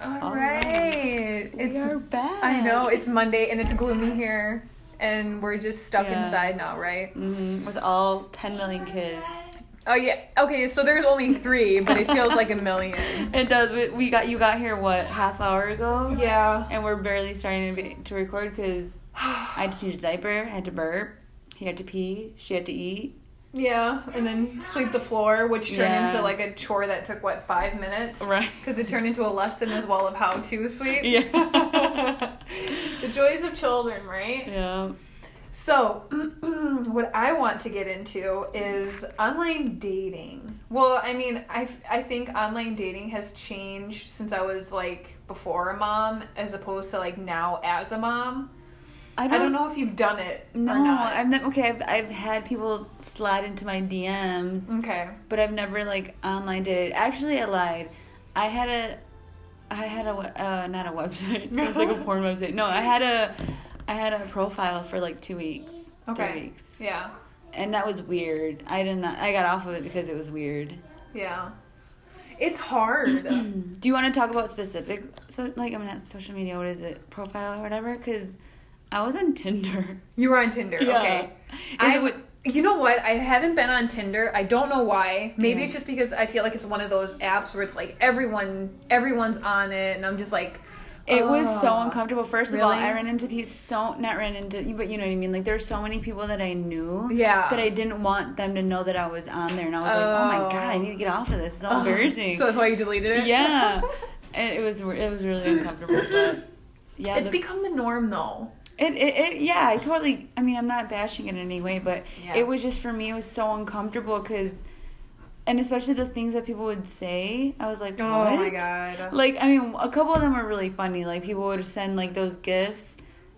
All right. we are back. I know it's Monday and it's gloomy here, and we're just stuck Yeah. inside now, right? Mhm, With all 10 million kids. Oh yeah. Okay, so there's only three, but it feels like a million. It does. We, we got you got here what half hour ago. Yeah. And we're barely starting to, be, to record because I had to change a diaper, I had to burp, he had to pee, she had to eat. Yeah, and then sweep the floor, which turned Yeah. into like a chore that took what five minutes, Right. Because it turned into a lesson as well of how to sweep. Yeah. The joys of children, right? yeah. So, what I want to get into is online dating. Well, I mean, I, I think online dating has changed since I was like before a mom as opposed to like now as a mom. I don't, know if you've done it No, or not. I'm not, okay. I've, I've had people slide into my DMs, okay. but I've never like online dated. Actually, I lied. I had a, I had a we- uh, not a website. It was like a porn website. No, I had a, I had a profile for like two weeks, Okay. three weeks, Yeah. and that was weird. I did not. I got off of it because it was weird. Yeah. It's hard. Do you want to talk about specific? So like I'm not social media. What is it? Profile or whatever? Because I was on Tinder. you were on Tinder, okay? I I would. would. You know what? I haven't been on Tinder. I don't know why. Maybe Yeah. it's just because I feel like it's one of those apps where it's like everyone, everyone's on it, and I'm just like, It was so "Ugh." uncomfortable. First of all, Really? I ran into people so not ran into you, but you know what I mean. Like there were so many people that I knew. Yeah. That I didn't want them to know that I was on there, and I was like, oh my Oh. god, I need to get off of this. It's so embarrassing. So that's why you deleted it. yeah. And it was it was really uncomfortable, but yeah, It's the- become the norm though. it, it, it yeah. I totally. I mean, I'm not bashing it in any way, but Yeah. it was just for me. It was so uncomfortable because, and especially the things that people would say. I was like, Oh what? god. Like, I mean, a couple of them were really funny. Like, people would send, like, those gifts.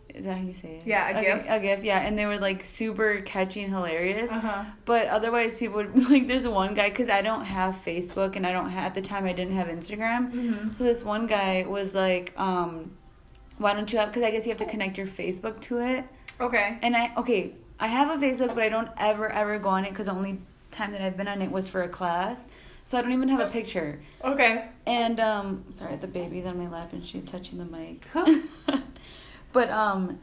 Is that how you say it? Yeah, a Okay, gif. A gif, yeah. And they were, like, super catchy and hilarious. Uh-huh. But otherwise, people would, like, there's one guy, because I don't have Facebook and I don't have, at the time, I didn't have Instagram. So this one guy was like, um, why don't you have, because I guess you have to connect your Facebook to it. Okay. And I, okay, I have a Facebook, but I don't ever, ever go on it because the only time that I've been on it was for a class. So I don't even have a picture. Okay. And um sorry, the baby's on my lap and she's touching the mic. but um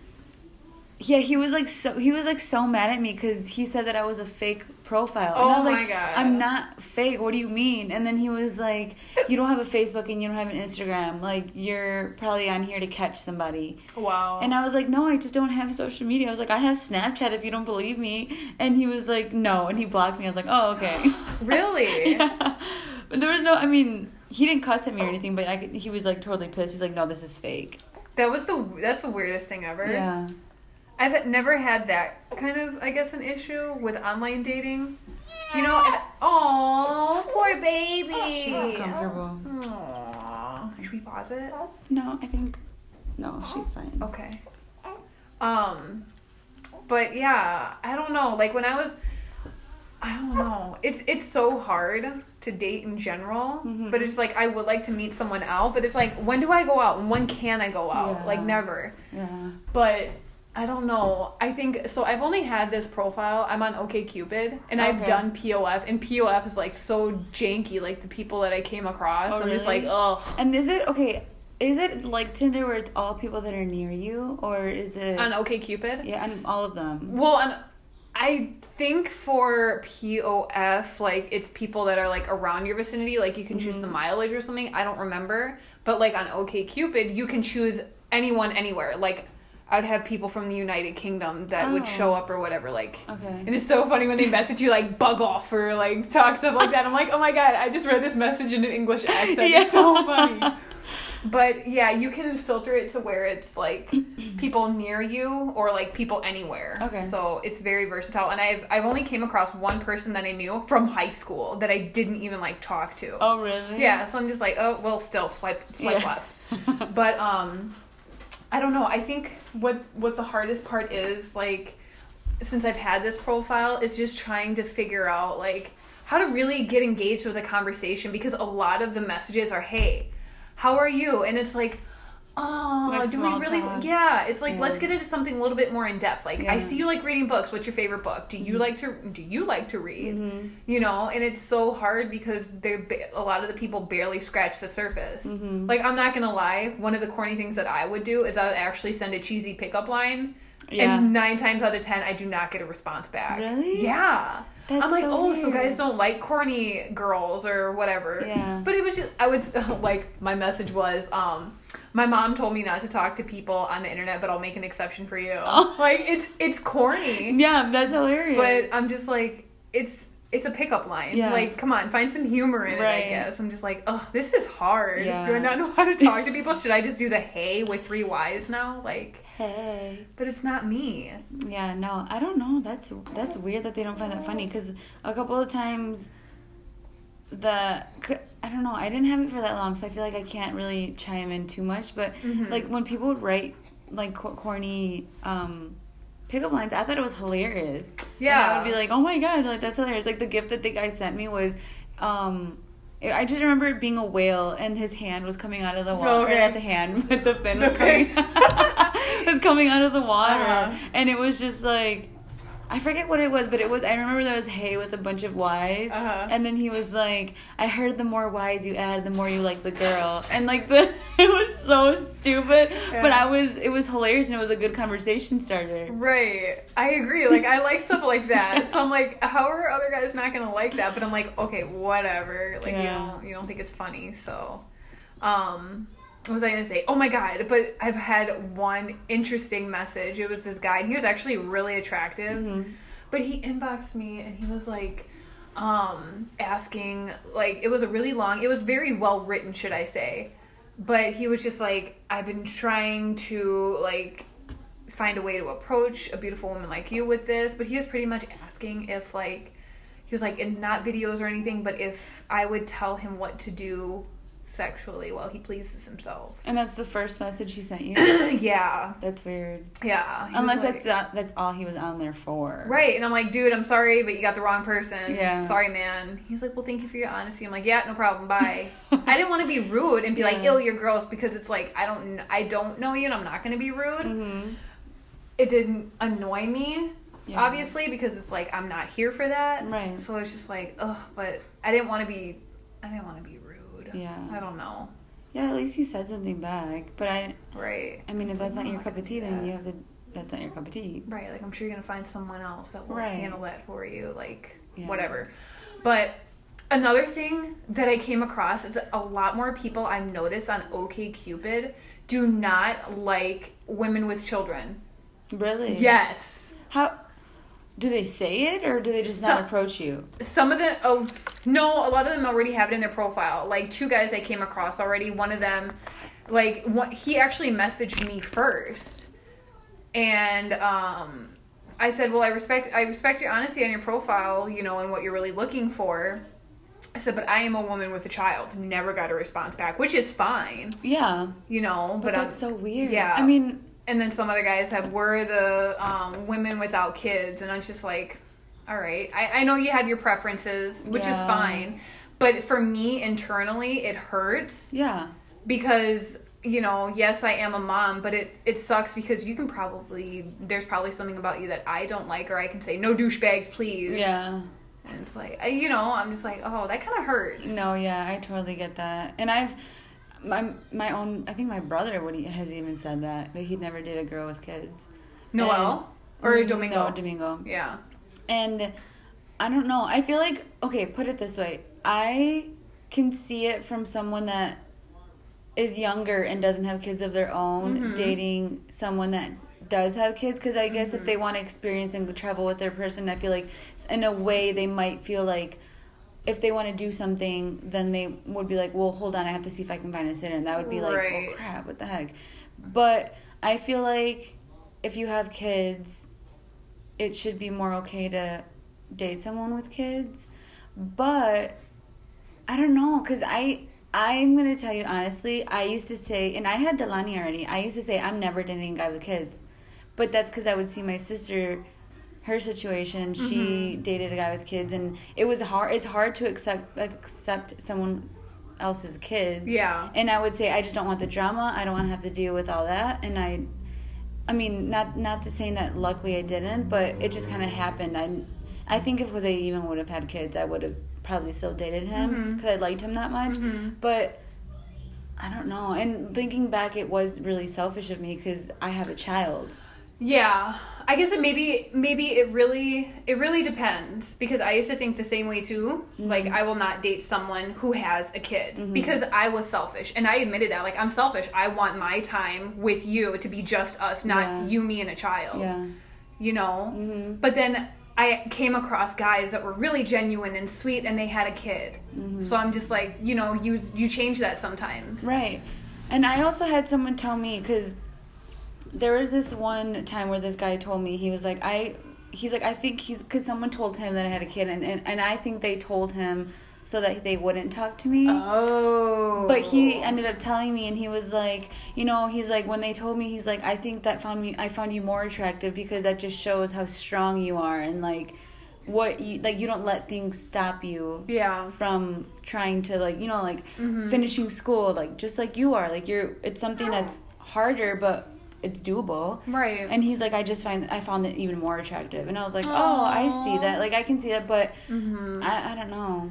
yeah, he was like so he was like so mad at me cuz he said that I was a fake profile. and I Oh was my like God. I'm not fake. What do you mean? And then he was like you don't have a Facebook and you don't have an Instagram. Like you're probably on here to catch somebody. Wow. And I was like, no, I just don't have social media. I was like, I have Snapchat if you don't believe me. And he was like, no. And he blocked me. I was like, oh, okay. Really? yeah. But there was no, I mean, he didn't cuss at me or anything, but I could, he was like totally pissed. He's like, no, this is fake. that was the that's the weirdest thing ever. Yeah. I've never had that kind of I guess an issue with online dating. You know, and oh, poor baby. She's not comfortable. Aw. Should we pause it? No, I think, no, she's Oh. fine. Okay. Um, but yeah, I don't know. Like when I was, I don't know. It's it's so hard to date in general. Mhm. But it's like I would like to meet someone out, but it's like when do I go out and when can I go out? Yeah. Like never Yeah. but I don't know. I think so. I've only had this profile. I'm on OKCupid, and I've Okay. done POF, and POF is like so janky. Like the people that I came across, Oh, I'm just really? like, ugh. And is it, okay, is it like Tinder where it's all people that are near you or is it? On OKCupid, Yeah, and all of them. well, on, I think for POF, like it's people that are like around your vicinity. Like you can choose Mm-hmm. the mileage or something. I don't remember, but like on OKCupid, you can choose anyone anywhere. Like. I'd have people from the United Kingdom that Oh. would show up or whatever, like Okay. And it's so funny when they message you like bug off or like talk stuff like that. I'm like, oh my god, I just read this message in an English accent. Yeah. It's so funny. But yeah, you can filter it to where it's like people near you or like people anywhere. Okay. So it's very versatile. And I've I've only came across one person that I knew from high school that I didn't even like talk to. Oh, really? Yeah, so I'm just like, oh well still swipe swipe Yeah. left but um i don't know i think what what the hardest part is like since i've had this profile is just trying to figure out like how to really get engaged with a conversation because a lot of the messages are hey how are you and it's like Oh, Like do we small really? talk. Yeah, it's like let's Yeah. get into something a little bit more in depth. Like I Yeah. Mm-hmm. see you like reading books. What's your favorite book? Do you like to do you like to read? You know, and it's so hard because they are a lot of the people barely scratch the surface. Mm-hmm. Like I'm not gonna lie, one of the corny things that I would do is I would actually send a cheesy pickup line, Yeah. and nine times out of ten, I do not get a response back. Really? Yeah. That's I'm like, so oh, so weird." guys don't like corny girls or whatever. Yeah. But it was just, I would, like, my message was, um, my mom told me not to talk to people on the internet, but I'll make an exception for you. Oh. Like, it's, it's corny. Yeah, that's hilarious. But I'm just like, it's, it's a pickup line. Yeah. Like, come on, find some humor in it, I Right. guess. I'm just like, ugh, this is hard. Yeah. Do I not know how to talk to people? Should I just do the hey with three Y's now? Like, hey. but it's not me. Yeah, no, I don't know. That's that's weird that they don't find that funny because a couple of times, the c- I don't know. I didn't have it for that long, so I feel like I can't really chime in too much. But like when people would write like co- corny um, pickup lines, I thought it was hilarious. And I Yeah. would be like, oh my god, like that's hilarious. Like the gift that the guy sent me was, um, I I just remember it being a whale and his hand was coming out of the water. Oh, Or okay. not the hand, but the fin was, Okay. coming, was coming out of the water. Uh-huh. And it was just like, I forget what it was, but it was, I remember there was hay with a bunch of Y's. Uh-huh. And then he was like, I heard the more Y's you add, the more you like the girl. And like the, it was so stupid, but Yeah. I was, it was hilarious and it was a good conversation starter. Right. I agree. Like I like stuff like that. So I'm like, how are other guys not gonna like that? But I'm like, okay, whatever. Like Yeah. you don't you don't think it's funny, so um what was I gonna say? Oh my god, but I've had one interesting message. It was this guy and he was actually really attractive. But he inboxed me and he was like um asking like it was a really long it was very well written, should I say. But he was just like, I've been trying to like find a way to approach a beautiful woman like you with this but he was pretty much asking if like he was like in not videos or anything but if i would tell him what to do sexually while he pleases himself And that's the first message he sent you. yeah That's weird. yeah He was Unless like- that's that, that's all he was on there for. right and i'm like dude i'm sorry but you got the wrong person Yeah. sorry man he's like well thank you for your honesty i'm like yeah no problem bye i didn't want to be rude and be like Yeah. ill you're gross because it's like i don't kn- i don't know you and i'm not going to be rude Mm. Mm-hmm. it didn't annoy me Yeah. obviously because it's like i'm not here for that Right. so it's just like ugh but i didn't want to be i didn't want to be rude Yeah. i don't know Yeah, at least he said something back. But I right I mean if that's not I'm your not cup of gonna tea do then that. you have to that's not your cup of tea. right like i'm sure you're gonna find someone else that will Right. handle that for you like Yeah. whatever but another thing that i came across is that a lot more people i've noticed on okcupid do not like women with children Really? yes How do they say it or do they just not So- approach you? some of the oh no a lot of them already have it in their profile like two guys i came across already one of them like one, he actually messaged me first and um i said well i respect i respect your honesty on your profile you know and what you're really looking for i said but i am a woman with a child never got a response back which is fine Yeah. you know But, but, I'm- that's so weird. yeah. I mean and then some other guys have we're the um, women without kids and i'm just like all right i, I know you have your preferences which is Yeah. fine but for me internally it hurts yeah. because you know yes i am a mom but it, it sucks because you can probably there's probably something about you that i don't like or i can say no douchebags please Yeah. and it's like I- you know i'm just like oh that kind of hurts No, yeah, I totally get that. And I've my my own I think my brother would has even said that that he never did a girl with kids. noel or Mm, domingo No, Domingo. yeah And I don't know. I feel like okay, put it this way. I can see it from someone that is younger and doesn't have kids of their own dating someone that does have kids because I guess if they want to experience and travel with their person, I feel like in a way they might feel like if they want to do something, then they would be like, well, hold on, I have to see if I can find this in, and that would be like, Right. oh crap, what the heck. But I feel like if you have kids, it should be more okay to date someone with kids but i don't know because i i'm gonna tell you honestly i used to say and i had delani already i used to say i'm never dating a guy with kids but that's because i would see my sister her situation she dated a guy with kids and it was hard it's hard to accept accept someone else's kids. Yeah. And I would say I just don't want the drama. I don't want to have to deal with all that. And I, I mean, not not to saying that luckily I didn't, but it just kind of happened. I, I think if Jose even would have had kids, I would have probably still dated him because I liked him that much. Mm-hmm. But I don't know. And thinking back, it was really selfish of me because I have a child. Yeah. I guess it maybe maybe it really it really depends because I used to think the same way too. Like Mm-hmm. I will not date someone who has a kid because I was selfish and I admitted that like I'm selfish. I want my time with you to be just us, not Yeah. you, me, and a child. Yeah. Mm-hmm. you know? But then I came across guys that were really genuine and sweet and they had a kid. So I'm just like, you know, you you change that sometimes. Mm-hmm. Right. And I also had someone tell me because there was this one time where this guy told me he was like I he's like I think he's because someone told him that I had a kid and, and and I think they told him so that they wouldn't talk to me. Oh. But he ended up telling me, and he was like, you know, he's like, when they told me, he's like, I think that found me, I found you more attractive because that just shows how strong you are and like, what you like, you don't let things stop you Yeah. from trying to like, you know, like Mm-hmm. finishing school, like just like you are, like you're, it's something that's harder, but it's doable. Right. And he's like, I just find I found it even more attractive, and I was like, oh, Aw. Mm-hmm. I see that, like I can see that, but I, I don't know.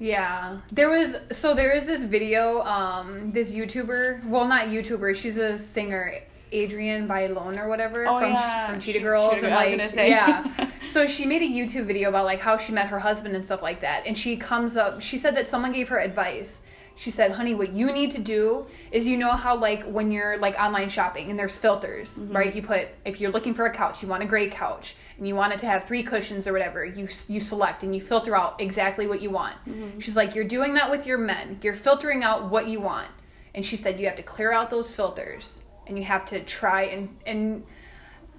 Yeah. There was so there is this video, um, this YouTuber well not YouTuber, she's a singer, Adrian Bailon or whatever Oh, from yeah. from Cheetah She's Girls. Cheetah and Girls, I like was gonna say. Yeah. so she made a YouTube video about like how she met her husband and stuff like that. And she comes up she said that someone gave her advice. She said, "Honey, what you need to do is you know how like when you're like online shopping and there's filters, right? You put if you're looking for a couch, you want a gray couch and you want it to have three cushions or whatever. You you select and you filter out exactly what you want." She's like, "You're doing that with your men. You're filtering out what you want." And she said, "You have to clear out those filters and you have to try and and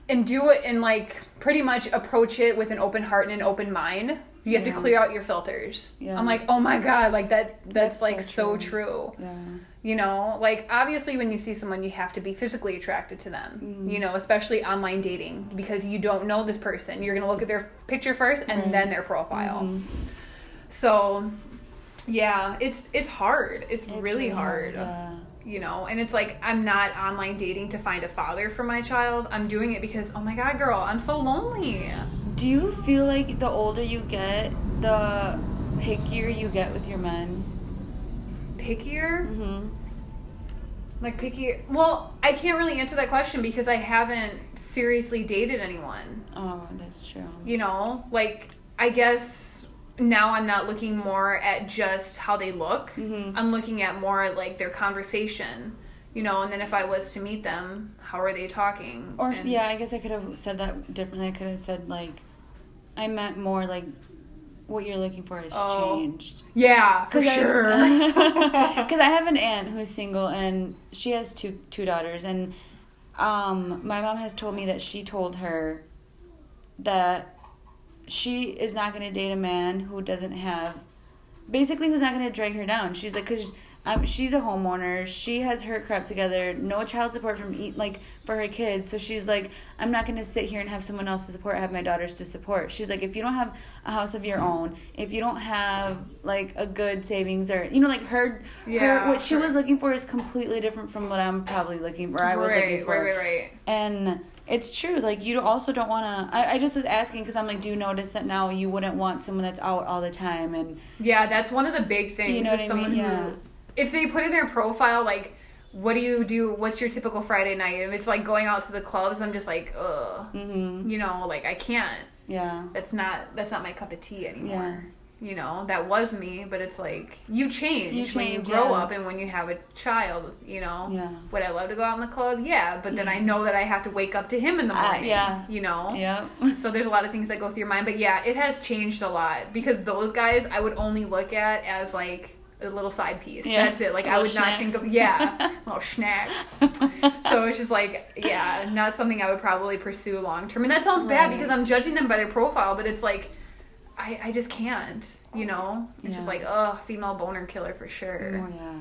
and do it and like pretty much approach it with an open heart and an open mind. You have Yeah. to clear out your filters. Yeah. I'm like, oh my god, like that. That's, That's like so so true. Yeah. You know, like obviously when you see someone, you have to be physically attracted to them. You know, especially online dating because you don't know this person. You're gonna look at their picture first and then their profile. So, yeah, it's it's hard. It's, It's really hard Yeah. you know and it's like i'm not online dating to find a father for my child i'm doing it because oh my god girl i'm so lonely Do you feel like the older you get, the pickier you get with your men? pickier Mm-hmm. like picky well i can't really answer that question because i haven't seriously dated anyone Oh, that's true. you know like i guess now i'm not looking more at just how they look Mhm. i'm looking at more at like their conversation you know and then if i was to meet them how are they talking Or And- yeah, I guess I could have said that differently. I could have said like, I meant more like, what you're looking for has Oh, changed. yeah for sure Because I have an aunt who's single and she has two two daughters and um my mom has told me that she told her that she is not going to date a man who doesn't have basically who's not going to drag her down. She's like cuz um, she's a homeowner. She has her crap together. No child support from eat like for her kids. So she's like, I'm not gonna sit here and have someone else to support. I have my daughters to support. She's like, if you don't have a house of your own, if you don't have like a good savings or you know like her, Yeah, her what she her- was looking for is completely different from what I'm probably looking for. I was right, looking for. right right right And it's true. Like you also don't want to. I, I just was asking because I'm like, do you notice that now you wouldn't want someone that's out all the time and Yeah, that's one of the big things. You know is what I someone mean? who- Yeah. if they put in their profile like, what do you do? What's your typical Friday night? If it's like going out to the clubs, I'm just like, ugh, mm-hmm. you know, like I can't. yeah. That's not that's not my cup of tea anymore. You know, that was me, but it's like you change, You when you change, grow yeah. up and when you have a child. You know, Yeah. would I love to go out in the club? Yeah, but then I know that I have to wake up to him in the Uh, morning. yeah. you know, Yeah. so there's a lot of things that go through your mind, but yeah, it has changed a lot because those guys I would only look at as like a little side piece. Yeah. That's it. Like I Little would not think of snacks. yeah, little snack. So it's just like yeah, not something I would probably pursue long term. And that sounds bad Right. because I'm judging them by their profile, but it's like I I just can't, you know. It's just Yeah. like oh, female boner killer for Oh sure. yeah.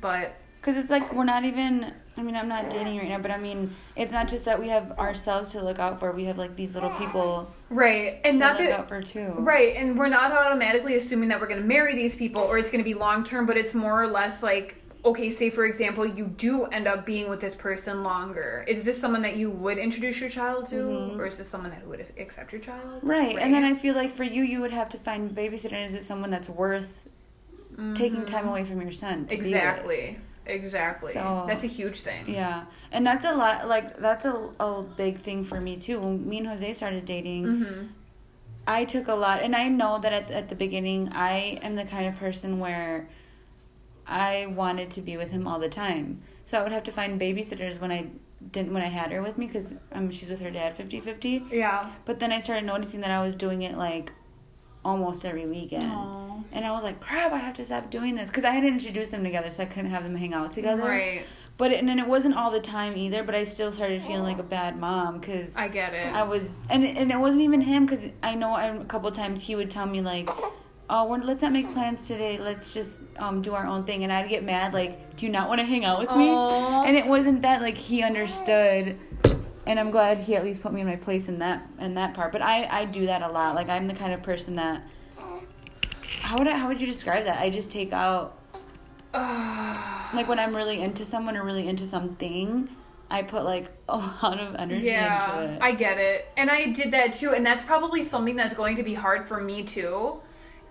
But Because it's like we're not even I mean, I'm not dating right now, but I mean, it's not just that we have ourselves to look out for. We have like these little people Right. And to not look that out for too. Right, and we're not automatically assuming that we're going to marry these people or it's going to be long term, but it's more or less like, okay, say for example, you do end up being with this person longer. Is this someone that you would introduce your child to, or is this someone that would accept your child? Mm-hmm. Right. And then I feel like for you, you would have to find a babysitter. And is it someone that's worth taking time away from your son? To be with? Mm-hmm. exactly, exactly. So- That's a huge thing. Yeah. And that's a lot, like, that's a, a big thing for me too. When me and Jose started dating, Mm-hmm. I took a lot, and I know that at, at the beginning, I am the kind of person where I wanted to be with him all the time. So I would have to find babysitters when I didn't when I had her with me because um, she's with her dad 50-50. Yeah. But then I started noticing that I was doing it like almost every weekend. Aw. And I was like, crap, I have to stop doing this. Because I had to introduce them together, so I couldn't have them hang out together. Right. But, it, and then it wasn't all the time either, but I still started feeling like a bad mom because I get it. I was, and and it wasn't even him because I know I, a couple times he would tell me like, "Oh, we're, let's not make plans today. Let's just um, do our own thing." And I'd get mad like, "Do you not want to hang out with me?" Aw. And it wasn't that like he understood, and I'm glad he at least put me in my place in that in that part. But I I do that a lot. Like I'm the kind of person that how would I, how would you describe that? I just take out like when I'm really into someone or really into something. I put like a lot of energy yeah, into it. I get it. And I did that too. And that's probably something that's going to be hard for me too,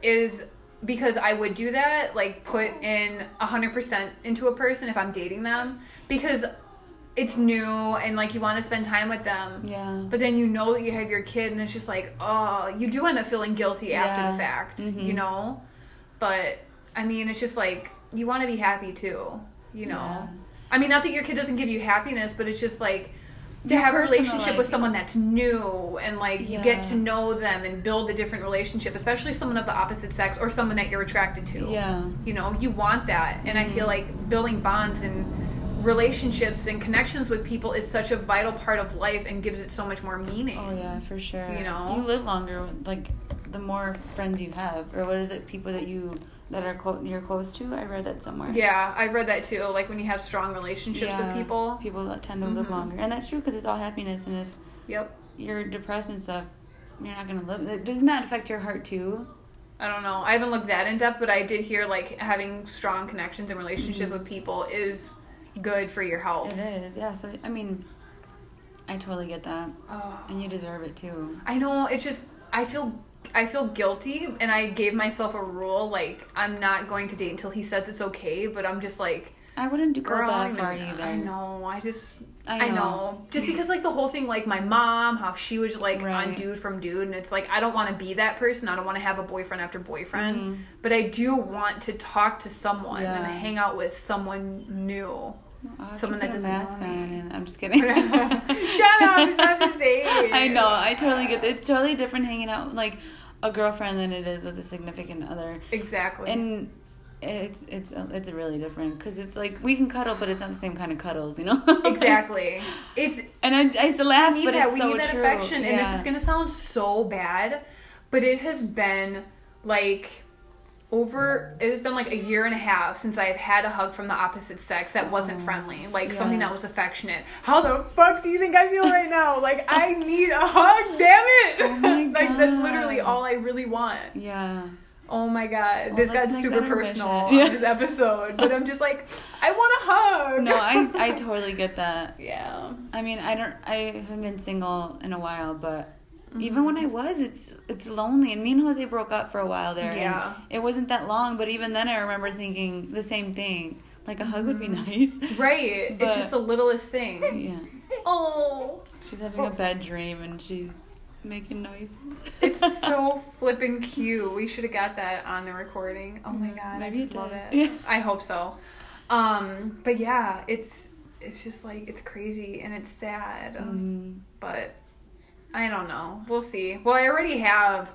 is because I would do that, like put in 100% into a person if I'm dating them, because it's new and like you want to spend time with them. yeah. But then you know that you have your kid, and it's just like, oh, you do end up feeling guilty after the Yeah. fact, Mhm. you know? But I mean, it's just like, you want to be happy too, you know? Yeah. I mean, not that your kid doesn't give you happiness, but it's just like to Your have a personal relationship life. with someone that's new and like you Yeah. get to know them and build a different relationship, especially someone of the opposite sex or someone that you're attracted to. Yeah. You know, you want that. And I Mm-hmm. feel like building bonds and relationships and connections with people is such a vital part of life and gives it so much more meaning. Oh yeah, for sure. You know? you live longer. Like the more friends you have, or what is it? People that you that are clo- you're close to. I read that somewhere. Yeah, I read that too. Like when you have strong relationships Yeah, with people. People that tend to live Mhm. longer, and that's true because it's all happiness. And if Yep. you're depressed and stuff, you're not gonna live. It does not affect your heart too. I don't know. I haven't looked that in depth, but I did hear like having strong connections and relationship Mm-hmm. with people is good for your health. It is. Yeah. So I mean, I totally get that, Oh. and you deserve it too. I know. It's just I feel I feel guilty, and I gave myself a rule like I'm not going to date until he says it's okay. But I'm just like, I wouldn't do go girl, I that know, far either. I know. I just I I know. know. Just because like the whole thing, like my mom, how she was like on Right. dude from dude, and it's like I don't want to be that person. I don't want to have a boyfriend after boyfriend, but I do want to talk to someone and Mm-hmm. Yeah. hang out with someone new. I'll have to Someone that put a doesn't know mask me. on, and I'm just kidding. Shut up! It's not the same. I know. I totally get that. It's totally different hanging out with, like a girlfriend than it is with a significant other, Exactly. and it's it's it's really different because it's like we can cuddle, but it's not the same kind of cuddles, you know. exactly. It's and I, I used to laugh, we need but that. it's We so need that true. affection. And this Yeah. is gonna sound so bad, but it has been like over. It has been like a year and a half since I've had a hug from the opposite sex that wasn't friendly, like something Oh, yeah. that was affectionate. How the fuck do you think I feel right now? Like I need a hug. Damn it! Oh my like that's God. literally all I really want. Yeah. Oh my god, this let's got make super that our personal mission. Yeah. on this episode, but I'm just like, I want a hug. No, I I totally get that. yeah. I mean, I don't. I haven't been single in a while, but Mm-hmm. even when I was, it's it's lonely. And me and Jose broke up for a while there. and Yeah. it wasn't that long, but even then, I remember thinking the same thing. Like a hug would be nice. Mm-hmm. Right. But- it's just the littlest thing. Yeah. oh. She's having a bad dream and she's making noises. It's so flippin' cute. We should have got that on the recording. Oh my god, Maybe I it just love it. did. Yeah. I hope so. Um, but yeah, it's it's just like it's crazy and it's sad. Mm. But I don't know. We'll see. Well, I already have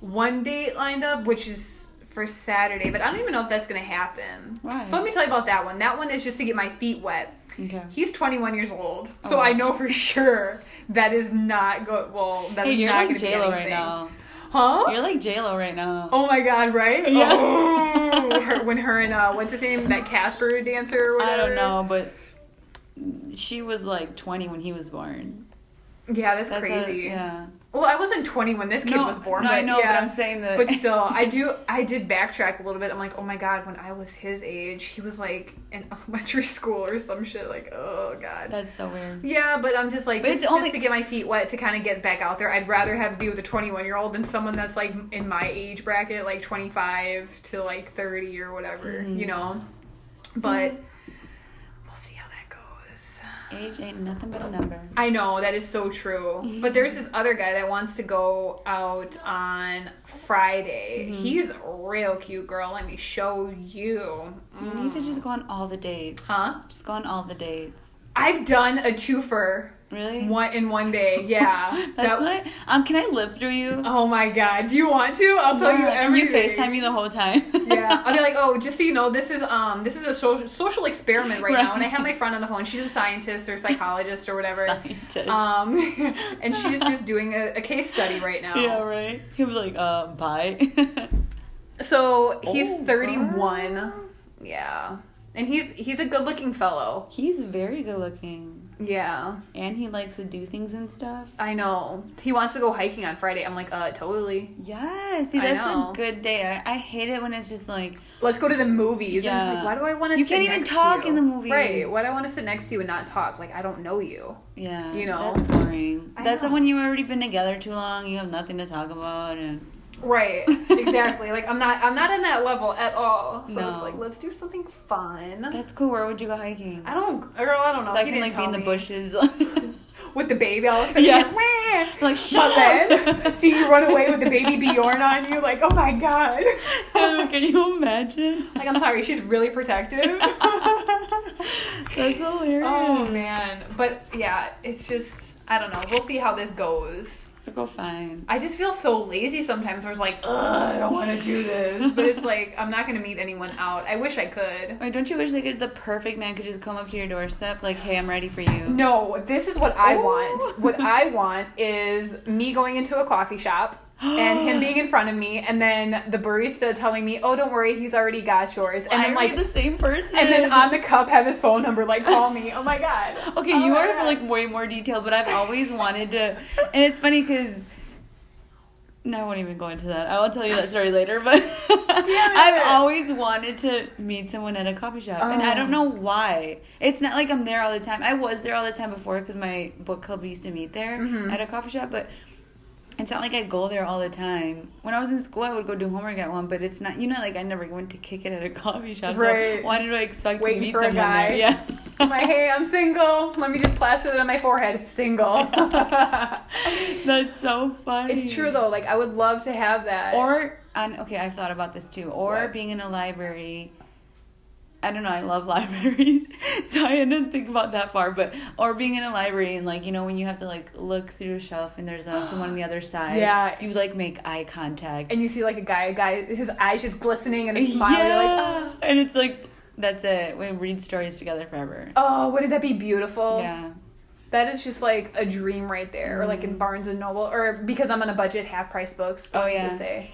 one date lined up, which is for Saturday, but I don't even know if that's gonna happen. Why? So let me tell you about that one. That one is just to get my feet wet. Okay. He's 21 years old, so Oh. I know for sure that is not go. Well, that Hey, is you're not like gonna J Lo be right anything. now. huh? You're like J Lo right now. Oh my god, right? Yeah. Oh, her, when her and uh, what's his name, that Casper dancer or I whatever. don't know, but she was like 20 when he was born. Yeah, that's, That's a- crazy. yeah. Well, I wasn't 20 when this kid was born, no, but I know, yeah. but I'm saying that. but still, I do. I did backtrack a little bit. I'm like, oh my god, when I was his age, he was like in elementary school or some shit. Like, oh god. That's so weird. Yeah, but I'm just like, But this it's is only- just to get my feet wet to kind of get back out there. I'd rather have be with a 21 year old than someone that's like in my age bracket, like 25 to like 30 or whatever, Mhm. you know. But Mm-hmm. we'll see how that goes. Age ain't nothing but a number. I know that is so true. But there's this other guy that wants to go out on Friday. Mhm. He's a real cute girl. Let me show you. You need to just go on all the dates. Huh? Just go on all the dates. I've done a twofer Really? one in one day. Yeah. That's what. Um, can I live through you? Oh my god. Do you want to? I'll tell you can you everything. Facetime me the whole time? yeah, I'll be like, oh, just so you know, this is um, this is a social social experiment right, now, and I have my friend on the phone. She's a scientist or psychologist or whatever, Scientist. um, and she's just doing a, a case study right now. Yeah, right. He'll be like, uh, bye. So he's Oh, 31. girl. Yeah. And he's he's a good-looking fellow. He's very good looking, Yeah. and he likes to do things and stuff. I know. He wants to go hiking on Friday. I'm like, "Uh, totally. Yeah, see, I that's know. a good day. I, I hate it when it's just like Let's go to the movies." And it's Yeah. like, "Why do I want to You can't even talk in the movies. Right. Why do I want to sit next to you and not talk? Like, I don't know you. Yeah, You know. that's boring. I that's know. when you've already been together too long. You have nothing to talk about, and Right. exactly. Like I'm not I'm not in that level at all. So it's No. like, "Let's do something fun." that's cool. Where would you go hiking? I don't girl, I don't know. so I He didn't can like be tell in the me. bushes, with the baby all of a sudden. Yeah. Yeah. Like, "Wah." like shut but then up. see you run away with the baby Bjorn on you, like, oh my god. Can you imagine? like I'm sorry, she's really protective. That's hilarious. oh man. But yeah, it's just I don't know. We'll see how this goes. It'll go fine. I just feel so lazy sometimes where it's like, Ugh, I don't wanna do this. But it's like I'm not gonna meet anyone out. I wish I could. Or don't you wish they could the perfect man could just come up to your doorstep like, hey, I'm ready for you. No, this is what I Ooh. want. What I want is me going into a coffee shop and him being in front of me, and then the barista telling me, "Oh, don't worry, he's already got yours." And And then I'm like, like the same person. and then on the cup have his phone number, like, "Call me." Oh my god. Okay, Oh you my are God. like way more detailed, but I've always wanted to, and it's funny because. No, I won't even go into that. I will tell you that story later. But it. I've always wanted to meet someone at a coffee shop, and I Oh. don't know why. It's not like I'm there all the time. I was there all the time before because my book club used to meet there Mhm. at a coffee shop, but it's not like I go there all the time. When I was in school, I would go do homework at one, but it's not. You know, like I never went to kick it at a coffee shop. Right. So why did I expect Waiting to meet for a someone guy. there? Yeah. I'm like, hey, I'm single. Let me just plaster that on my forehead. Single. That's so funny. it's true though. Like, I would love to have that. Or on okay, I've thought about this too. Or What? being in a library. I don't know, I love libraries. so I didn't think about that far, but or being in a library and like, you know, when you have to like look through a shelf and there's uh, someone on the other side. Yeah. You like make eye contact. and you see like a guy, a guy, his eyes just glistening and a smile. You're like, oh. And it's like that's it. We read stories together forever. Oh, wouldn't that be beautiful? Yeah. Mm. That is just like a dream right there. Or like in Barnes and Noble, or because I'm on a budget, half price books. Oh, going yeah. To say.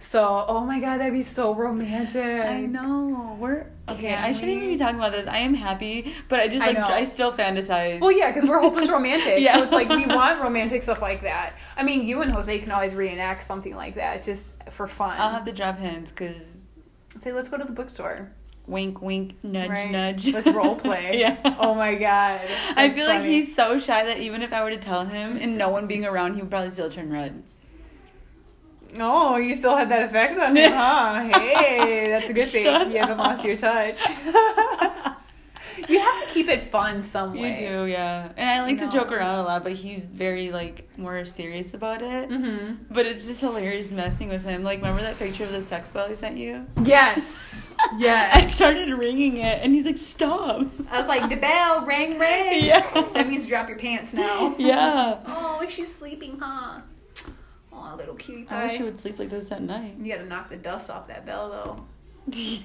So, oh my god, that'd be so romantic. I know. We're okay. Can I shouldn't even we? be talking about this. I am happy, but I just I like know. I, still fantasize. Well, yeah, because we're hopeless romantic. Yeah. So it's like we want romantic stuff like that. I mean, you and Jose can always reenact something like that just for fun. I'll have to drop hints because Say, let's go to the bookstore. wink, wink, nudge, Right. nudge. Let's role play. yeah. Oh my god. I That's feel like funny. he's so shy that even if I were to tell him and no one being around, he would probably still turn red. Oh, you still had that effect on him, huh? Hey, that's a good thing. Shut you haven't lost your touch. you have to keep it fun some You way. do, yeah. And I like No. to joke around a lot, but he's very like more serious about it. Mm-hmm. But it's just hilarious messing with him. Like, remember that picture of the sex bell I sent you? Yes. I Yes. started ringing it, and he's like, "Stop!" I was like, the bell rang, rang. Yeah. That means drop your pants now. Yeah. Oh, she's sleeping, huh? Oh, little cutie I wish pie. you would sleep like this at night. You gotta knock the dust off that bell, though. Yeah.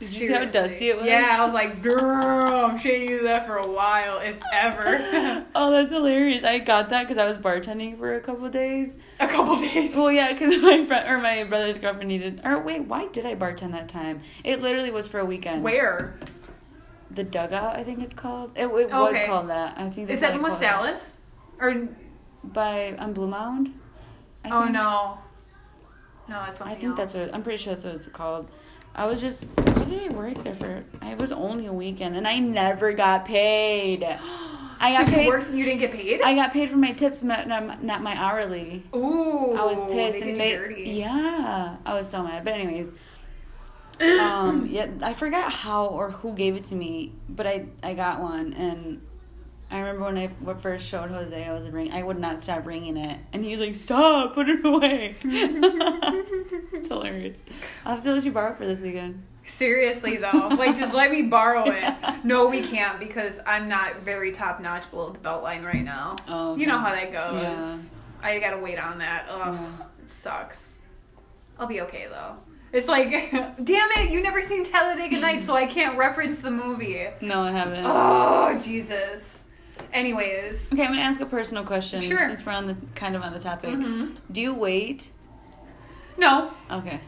Did you see how dusty it was? Yeah, I was like, damn, she ain't used that for a while, if ever. oh, that's hilarious. I got that because I was bartending for a couple days. a couple days. Well, yeah, because my friend or my brother's girlfriend needed. Or wait, why did I bartend that time? It literally was for a weekend. Where? the dugout. I think it's called. It, it was Okay. called that. I think Is that's that what in I West called it. Dallas? Or by on Blue Mound. I oh think. no, no, it's I something. think that's else. what I'm pretty sure that's what it's called. I was just what did I work there for? I was only a weekend and I never got paid. I so got you paid. worked and you didn't get paid. I got paid for my tips, not not- not my hourly. Ooh, I was They pissed did and you they dirty. yeah, I was so mad. But anyways, um, yeah, I forgot how or who gave it to me, but I I got one and. I remember when I w- first showed Jose, I was ring. I would not stop ringing it, and he's like, "Stop, put it away." it's hilarious. I'll have to let you borrow it for this weekend. Seriously though, like just let me borrow it. Yeah. No, we can't because I'm not very top notch below the belt line right now. Oh, okay. You know how that goes. Yeah. I gotta wait on that. Ugh, Yeah. sucks. I'll be okay though. It's like, damn it, you never seen Talladega Nights, so I can't reference the movie. No, I haven't. Oh Jesus. Anyways, Okay, I'm gonna ask a personal question Sure. since we're on the kind of on the topic. Mhm. Do you wait? no, Okay,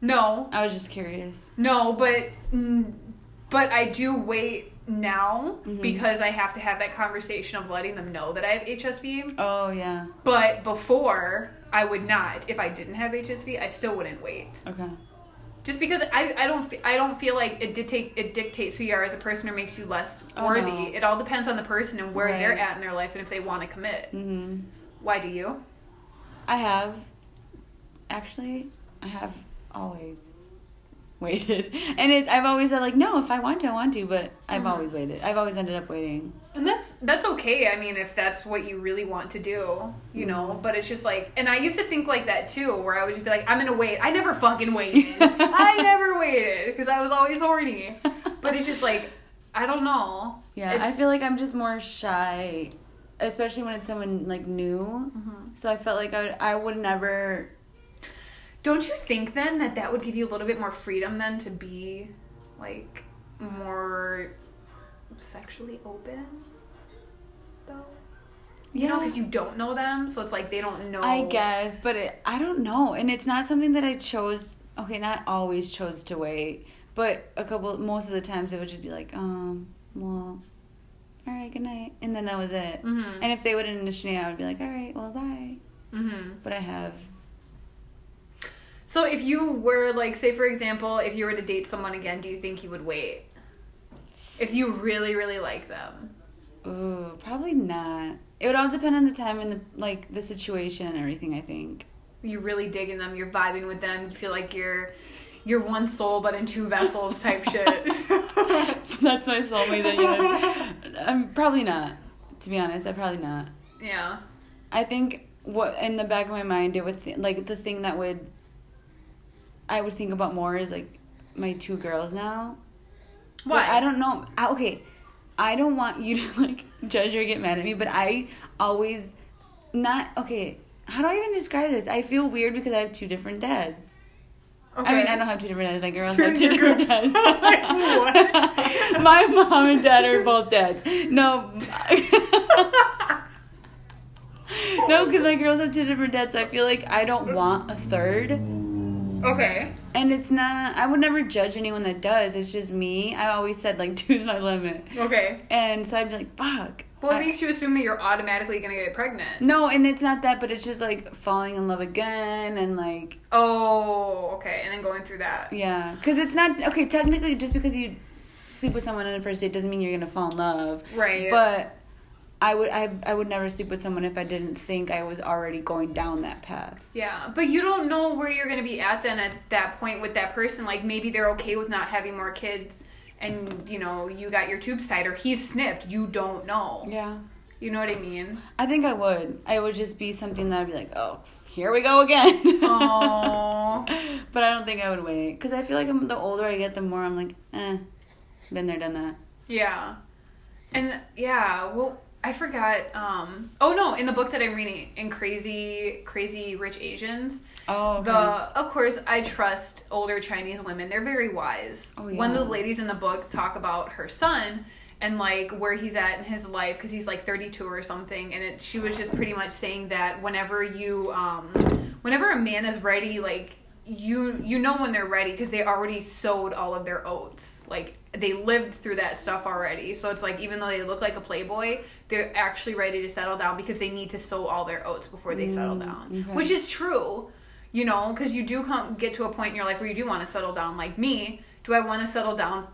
no, I was just curious. no, but mm, but I do wait now Mhm. because I have to have that conversation of letting them know that I have HSV. Oh yeah. But before, I would not. If I didn't have HSV, I still wouldn't wait. Okay. Just because I, I don't fe- I don't feel like it dictate it dictates who you are as a person or makes you less Oh, worthy. no. It all depends on the person and where they're Right. at in their life and if they want to commit. Mhm. Why do you? I have. Actually, I have always waited, and it, I've always said like, no, if I want to, I want to, but I've Mhm. always waited. I've always ended up waiting. And that's that's okay. I mean, if that's what you really want to do, you Mm-hmm. know. But it's just like, and I used to think like that too, where I would just be like, I'm gonna wait. I never fucking waited. I never waited because I was always horny. But it's just like, I don't know. Yeah, I It's- feel like I'm just more shy, especially when it's someone like new. Mm-hmm. So I felt like I would, I would never. Don't you think then that that would give you a little bit more freedom then to be like more sexually open? Though? You know, because you don't know them, so it's like they don't know. I guess, but it, I don't know, and it's not something that I chose. Okay, not always chose to wait, but a couple most of the times it would just be like, um, well, all right, good night, and then that was it. Mhm. And if they wouldn't initiate, I would be like, all right, well, bye. hmm But I have. So if you were like, say for example, if you were to date someone again, do you think you would wait? If you really, really like them. Ooh, probably not. It would all depend on the time and the like the situation and everything. I think. You're really digging them, you're vibing with them, you feel like you're you're one soul but in two vessels type shit. That's my soulmate. That you know. I'm probably not. To be honest, I probably not. yeah. I think what in the back of my mind, it would th- like the thing that would. I would think about more is like my two girls now. But Why? I don't know. I, okay, I don't want you to like judge or get mad at me, but I always not okay. How do I even describe this? I feel weird because I have two different dads. I mean, I don't have two different dads. My girls Two have two different different- dads. What? My mom and dad are both dads. No. no, because my girls have two different dads, so I feel like I don't want a third. Okay. And it's not, I would never judge anyone that does. It's just me. I always said, like, two's my limit. Okay. And so I'd be like, fuck. Well, it I- makes you assume that you're automatically gonna get pregnant. no, and it's not that, but it's just like falling in love again and like Oh, okay. And then going through that. Yeah, because it's not okay. Technically, just because you sleep with someone on the first date doesn't mean you're gonna fall in love. Right. But I would, I, I would never sleep with someone if I didn't think I was already going down that path. Yeah, but you don't know where you're gonna be at then at that point with that person. Like maybe they're okay with not having more kids, and you know you got your tubes tied, or he's snipped. You don't know. Yeah. You know what I mean? I think I would. I would just be something that I'd be like, oh, here we go again. Oh. but I don't think I would wait because I feel like I'm, the older I get, the more I'm like, eh, been there, done that. Yeah. And yeah, well, I forgot. Um, oh no, in the book that I'm reading, in Crazy Crazy Rich Asians, Oh. okay. the of course I trust older Chinese women. They're very wise. Oh, One of yeah. the ladies in the book talk about her son and like where he's at in his life because he's like 32 or something and it she was just pretty much saying that whenever you um whenever a man is ready like you you know when they're ready because they already sowed all of their oats. Like they lived through that stuff already. So it's like even though they look like a playboy, they're actually ready to settle down because they need to sow all their oats before they settle down, Mm, okay. which is true. You know, because you do come get to a point in your life where you do want to settle down. Like me, do I want to settle down?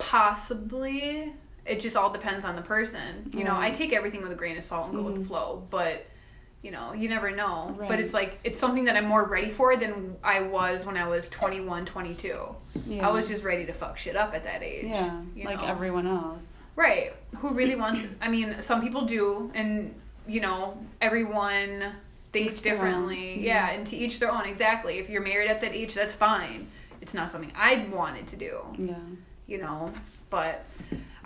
Possibly. It just all depends on the person. You know, I Right. take everything with a grain of salt and go with the flow, but you know, you never know. But Mm. Right. it's like it's something that I'm more ready for than I was when I was 21, 22. Yeah. I was just ready to fuck shit up at that age. yeah, you like know? everyone else. Right. Who really wants I mean, some people do and you know, everyone thinks each their own. Mm-hmm. differently. Yeah, and to each their own. Exactly. If you're married at that age, that's fine. It's not something I wanted to do Yeah. you know. But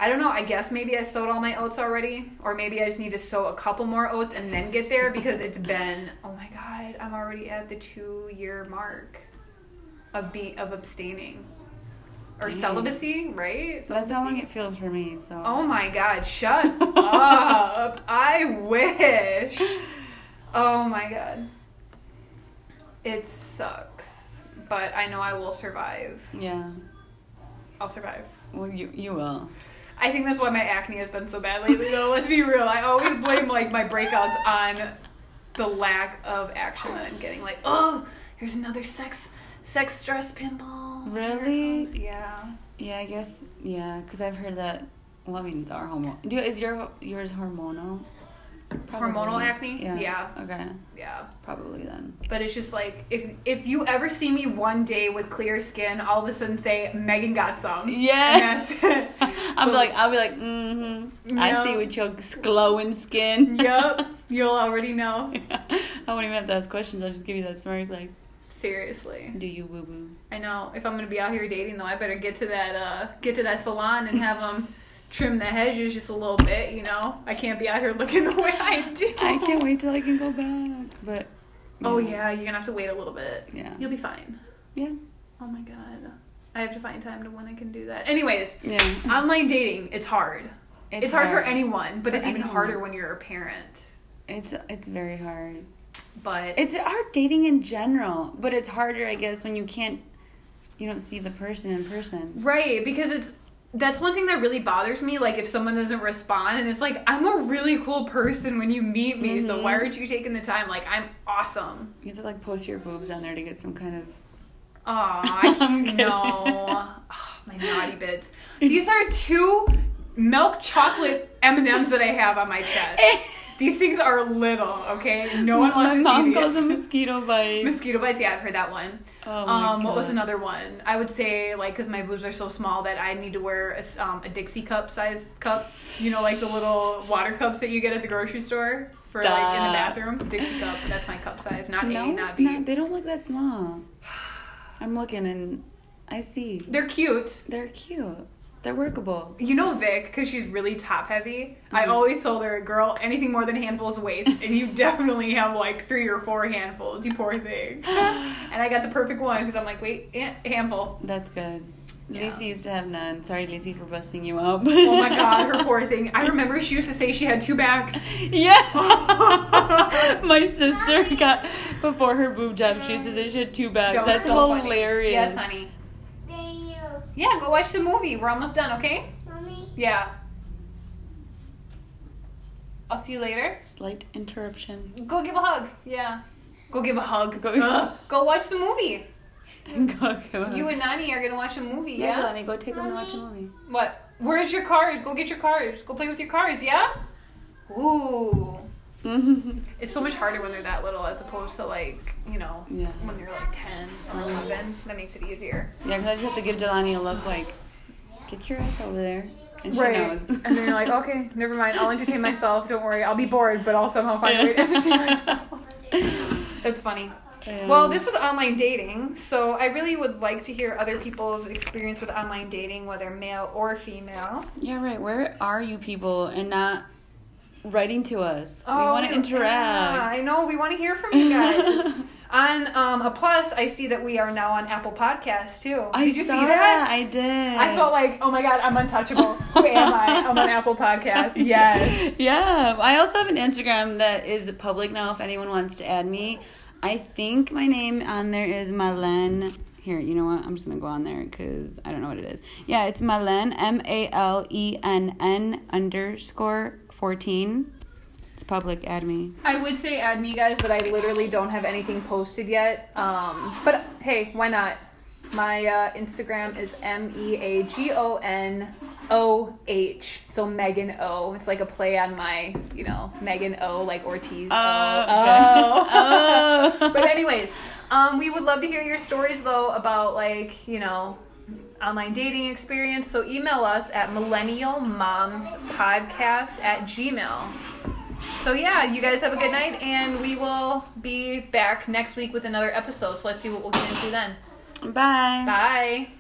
I don't know. I guess maybe I sowed all my oats already, or maybe I just need to sow a couple more oats and then get there because it's been oh my god, I'm already at the two year mark of be of abstaining or Dang. celibacy, right? So that's how long Celibacy? it feels for me. So. Oh my god, shut up. I wish. Oh my god. It sucks, but I know I will survive. Yeah. I'll survive. Well, you you will. I think that's why my acne has been so bad lately. Though, let's be real. I always blame like my breakouts on the lack of action that I'm getting. Like, oh, here's another sex sex stress pimple. Really? Yeah. Yeah, I guess. Yeah, because I've heard that. Well, I mean, our hormone. Do is your yours hormonal? Hormonal acne? Yeah. Yeah. Okay. Yeah. Probably then. But it's just like if if you ever see me one day with clear skin, all of a sudden say Megan got some. Yeah. And that's it. I'm like, I'll be like, mm-hmm. I No. see with your glowing skin. Yup. You'll already know. I won't even have to ask questions. I'll just give you that smirk, like, Seriously. do you woo woo? I know. If I'm gonna be out here dating, though, I better get to that uh, get to that salon and have them trim the hedges just a little bit. You know, I can't be out here looking the way I do. I can't wait till I can go back. But. Oh yeah, you're gonna have to wait a little bit. Yeah. You'll be fine. Yeah. Oh my god, I have to find time to when I can do that. Anyways, Yeah. online dating, it's hard. It's, hard, for anyone, but For it's even anyone. harder when you're a parent. It's it's very hard. But It's hard dating in general, but it's harder, I guess, when you can't, you don't see the person in person. Right, because it's that's one thing that really bothers me. Like if someone doesn't respond, and it's like I'm a really cool person when you meet me, so Mhm. why aren't you taking the time? Like I'm awesome. You have to like post your boobs on there to get some kind of. Aw, I I'm kidding. no, Ah, my naughty bits. These are two milk chocolate M and M's that I have on my chest. These things are little, okay? No one wants My to mom see calls these. them mosquito bites. Mosquito bites. Yeah, I've heard that one. Oh my um, what was God. another one? I would say like because my boobs are so small that I need to wear a, s- um, a Dixie cup size cup. You know, like the little water cups that you get at the grocery store for like in the Stop. bathroom. Dixie cup. That's my cup size. Not no, A, not it's B. not. They don't look that small. I'm looking and I see They're cute. they're cute. They're workable. You know Vic because she's really top heavy. I Mhm. always told her, "Girl, anything more than handfuls of waste, and you definitely have like three or four handfuls. You poor thing." and I got the perfect one because I'm like, "Wait, eh, handful." That's good. Yeah. Lacey used to have none. Sorry, Lacey, for busting you up. Oh my god, her poor thing. I remember she used to say she had two backs. Yeah. My sister got before her boob job. She said that she had two bags. That was That's so funny. hilarious. Yes, honey. Thank you. Yeah, go watch the movie. We're almost done, okay? Mommy, Yeah. I'll see you later. Slight interruption. Go give a hug. Yeah. Go give a hug. Go- Ugh. go watch the movie. go, go. You and Nani are gonna watch a movie, yeah, yeah? Lonnie, go take them to watch a movie. What? Where's your cars? Go get your cars. Go play with your cars, yeah? Ooh. Mm-hmm. It's so much harder when they're that little as opposed to like, you know, Yeah. when they're like 10 or 11. That makes it easier. Yeah, because I just have to give Jelani a look like, get your ass over there. And she knows. and then you're like, okay, never mind. I'll entertain myself. Don't worry. I'll be bored, but I'll somehow find a way to entertain Um, myself. That's funny. Well, this was online dating, so I really would like to hear other people's experience with online dating, whether male or female. Yeah, right. Where are you people and not writing to us? we want to yeah, interact. I Oh, know. We want to hear from you guys. on um, a plus, I see that we are now on Apple Podcasts too. I Did you saw see that? I did. I felt like, oh my god, I'm untouchable. Who am I? I'm on Apple Podcast. Yes. Yeah. I also have an Instagram that is public now if anyone wants to add me. I think my name on there is Malen Here, you know what? I'm just gonna go on there because I don't know what it is. Yeah, it's Malen M A L E N N underscore fourteen. It's public. Add me. I would say add me, guys, but I literally don't have anything posted yet. Um, but hey, why not? My uh, Instagram is M E A G O N O H. So Megan O. It's like a play on my, you know, Megan O, like Ortiz. O. Oh, okay. Oh. but anyways, um, we would love to hear your stories though about like you know online dating experience. So email us at millennial moms podcast at gmail. So yeah, you guys have a good night, and we will be back next week with another episode. So let's see what we'll get into then. Bye. Bye.